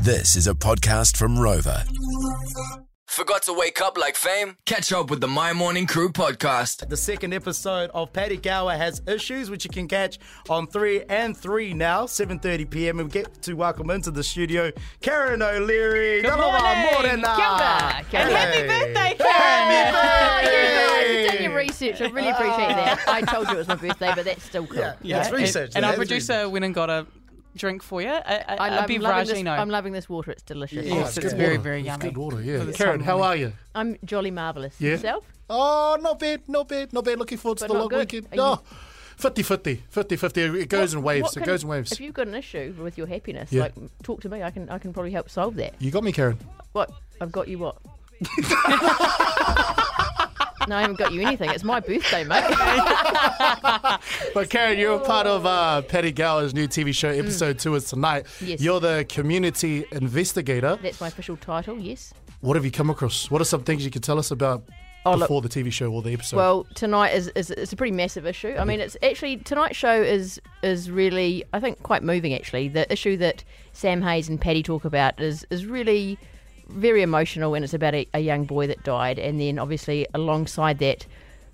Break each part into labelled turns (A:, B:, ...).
A: This is a podcast from Rover.
B: Forgot to wake up like fame? Catch up with the My Morning Crew podcast.
C: The second episode of Paddy Gower has issues, which you can catch on three and three now, 7:30 p.m. And we get to welcome into the studio Karen O'Leary.
D: Good
C: Nā
D: morning.
C: rā, morena.
D: Kia ora. Kia
C: ah. Hey.
D: ora. And happy birthday,
C: Happy
D: Karen.
E: Oh, you guys,
C: birthday. Oh.
E: you did your research. I really appreciate that. I told you it was my birthday, but that's still cool.
C: Yeah, yeah, it's research.
D: And, and
C: that,
D: our
C: it's
D: producer
C: research.
D: went and got a drink for you. I, I,
E: I
D: a
E: love, I'm,
D: beverage,
E: loving this,
D: you know.
E: I'm loving this water. It's delicious.
C: Yeah.
D: yes,
C: it's
D: it's
C: good
D: very,
C: water.
D: very yummy.
F: Good water, yeah.
D: For the
F: Karen,
D: summer
F: how
D: morning.
F: are you?
E: I'm jolly marvellous.
F: Yeah.
E: Yourself?
F: Oh, not bad, not bad, not bad. Looking forward
E: But
F: to the
E: not
F: long
E: good.
F: weekend.
E: Are you-
F: Oh, 50 50, 50 50. It goes
E: What-
F: in waves,
E: what
F: it
E: can-
F: goes in waves.
E: If
F: You...
E: you've got an issue with your happiness,
F: Yeah.
E: like talk to me. I can I can probably help solve that.
F: got me, Karen.
E: What? I've got you what? no, I haven't got you anything. It's my birthday, mate.
F: But, Karen, you're a
E: Oh.
F: part of uh, Patty Gower's new TV show, episode two is tonight.
E: Mm. Yes.
F: You're the community investigator.
E: That's my official title. Yes.
F: What have you come across? What are some things you can tell us about
E: Oh, look,
F: before the TV show or the episode?
E: Well, tonight is, is it's a pretty massive issue. I mean, it's actually tonight's show is is really I think quite moving. Actually, the issue that Sam Hayes and Paddy talk about is is really very emotional, and it's about a, a young boy that died, and then obviously alongside that.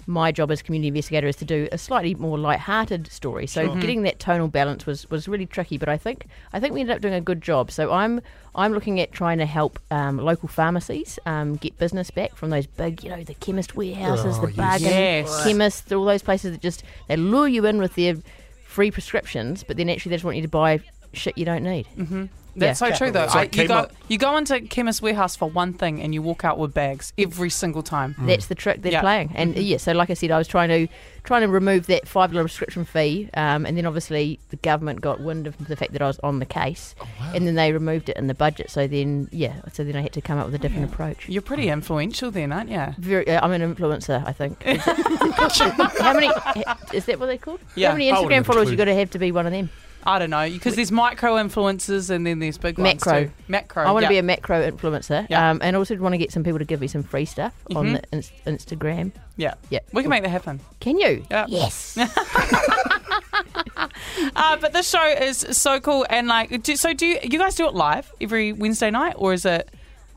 E: My job as community investigator is to do a slightly more light-hearted story, so getting that tonal balance was, was really tricky. But I think I think we ended up doing a good job. So I'm I'm looking at trying to help um, local pharmacies um, get business back from those big, you know, the chemist warehouses,
F: Oh,
E: the
F: yes.
E: bargain
D: Yes.
E: chemists, all those places that just they lure you in with their free prescriptions, but then actually they just want you to buy shit you don't need.
D: Mm-hmm. That's so true, though.
F: It's like
D: I, you, go,
F: Kmart.
D: you go into Chemist Warehouse for one thing and you walk out with bags every single time.
E: That's the trick they're
D: Yeah. Mm-hmm.
E: playing. And yeah, so like I said, I was trying to trying to remove that five dollar prescription fee, um, and then obviously the government got wind of the fact that I was on the case, and then they removed it in the budget. So then yeah, so then I had to come up with a different approach.
D: You're pretty influential then, aren't you?
E: Very, uh, I'm an influencer, I think. Is it- how many? Is that what they're called?
D: Yeah.
E: How many
F: I wouldn't
E: Instagram
F: have a
E: followers
F: clue.
E: you got to have to be one of them?
D: I don't know. Because there's micro influences and then there's big
E: Macro.
D: ones too. Macro.
E: I want
D: yeah.
E: to be a macro influencer,
D: Yeah.
E: um, and also want to get some people to give me some free stuff on
D: Mhm.
E: the inst- Instagram.
D: Yeah.
E: Yeah,
D: We can make that happen.
E: Can you?
D: Yeah.
E: Yes.
D: Uh, but this show is so cool and like do, so do you, you guys do it live every Wednesday night or is it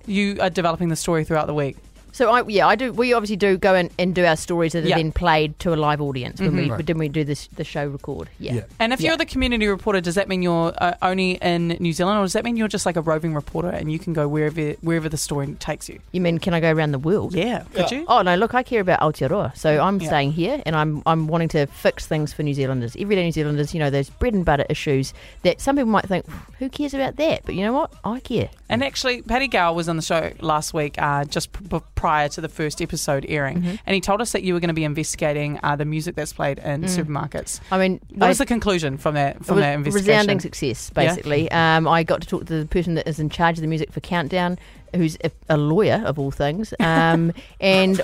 D: you are developing the story throughout the week?
E: so I, yeah, I do. We obviously do go in and do our stories that are
D: Yeah. Mm-hmm.
E: then played to a live audience when we
F: Right.
E: when we do this the show record. Yeah.
F: Yeah.
D: And if
E: Yeah.
D: you're the community reporter, does that mean you're uh, only in New Zealand or does that mean you're just like a roving reporter and you can go wherever wherever the story takes you?
E: You mean can I go around the world?
D: Yeah. Could you?
E: Oh no! Look, I care about Aotearoa, so I'm
D: Yeah.
E: staying here, and I'm I'm wanting to fix things for New Zealanders, everyday New Zealanders. You know those bread and butter issues that some people might think, who cares about that? But you know what? I care.
D: And actually, Paddy Gower was on the show last week, uh, just p- p- prior to the first episode airing,
E: Mm-hmm.
D: and he told us that you were going to be investigating uh, the music that's played in
E: Mm.
D: supermarkets.
E: I mean,
D: What
E: I-
D: was the conclusion from that from
E: It was
D: that investigation?
E: Resounding success, basically. Um, I got to talk to the person that is in charge of the music for Countdown, who's a, a lawyer of all things, um, and.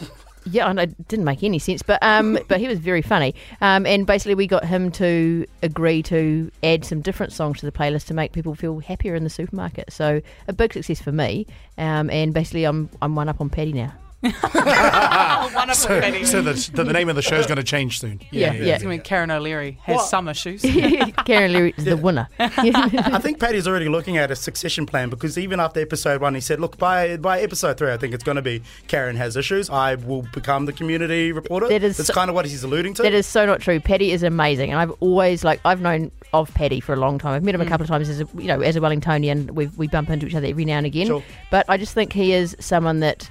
E: Yeah, and it didn't make any sense, but um, but he was very funny, um, and basically we got him to agree to add some different songs to the playlist to make people feel happier in the supermarket. So a big success for me, um, and basically I'm I'm one up on Paddy now.
D: Oh, wonderful, Paddy.
F: so the, the, the name of the show is going to change soon.
E: Yeah, yeah.
D: I mean, Karen O'Leary has
C: What?
D: some issues.
E: Karen Leary is the winner.
C: I think Paddy's already looking at a succession plan because even after episode one, he said, "Look, by by episode three, I think it's going to be Karen has issues. I will become the community reporter."
E: That is
C: That's
E: so-
C: kind of what he's alluding to.
E: That is so not true. Paddy is amazing, and I've always like I've known of Paddy for a long time. I've met him a couple of times as a you know as a Wellingtonian. We we bump into each other every now and again.
C: Sure.
E: But I just think he is someone that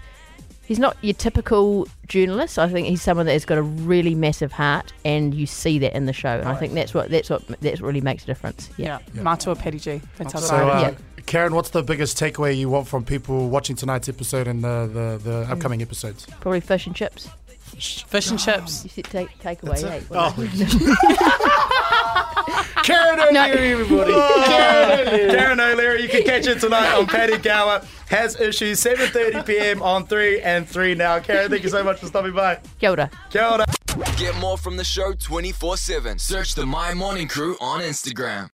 E: he's not your typical journalist. I think he's someone that has got a really massive heart, and you see that in the show. And I think that's what that's what that's what really makes a difference. Yeah.
D: yeah. Matua Paddy G. That's how
F: So, uh,
E: Yeah.
F: Karen, what's the biggest takeaway you want from people watching tonight's episode and uh, the, the upcoming episodes?
E: Probably fish and chips.
D: Fish and chips.
E: You said take take away. eh?
F: Oh. Karen O'Leary, everybody. Karen O'Leary.
C: Karen O'Leary, you can catch it tonight on Paddy Gower has issues. 7:30 p.m. on three and three now. Karen, thank you so much for stopping by.
E: Kia ora.
C: Kia ora.
B: Get more from the show 24 7. Search the My Morning Crew on Instagram.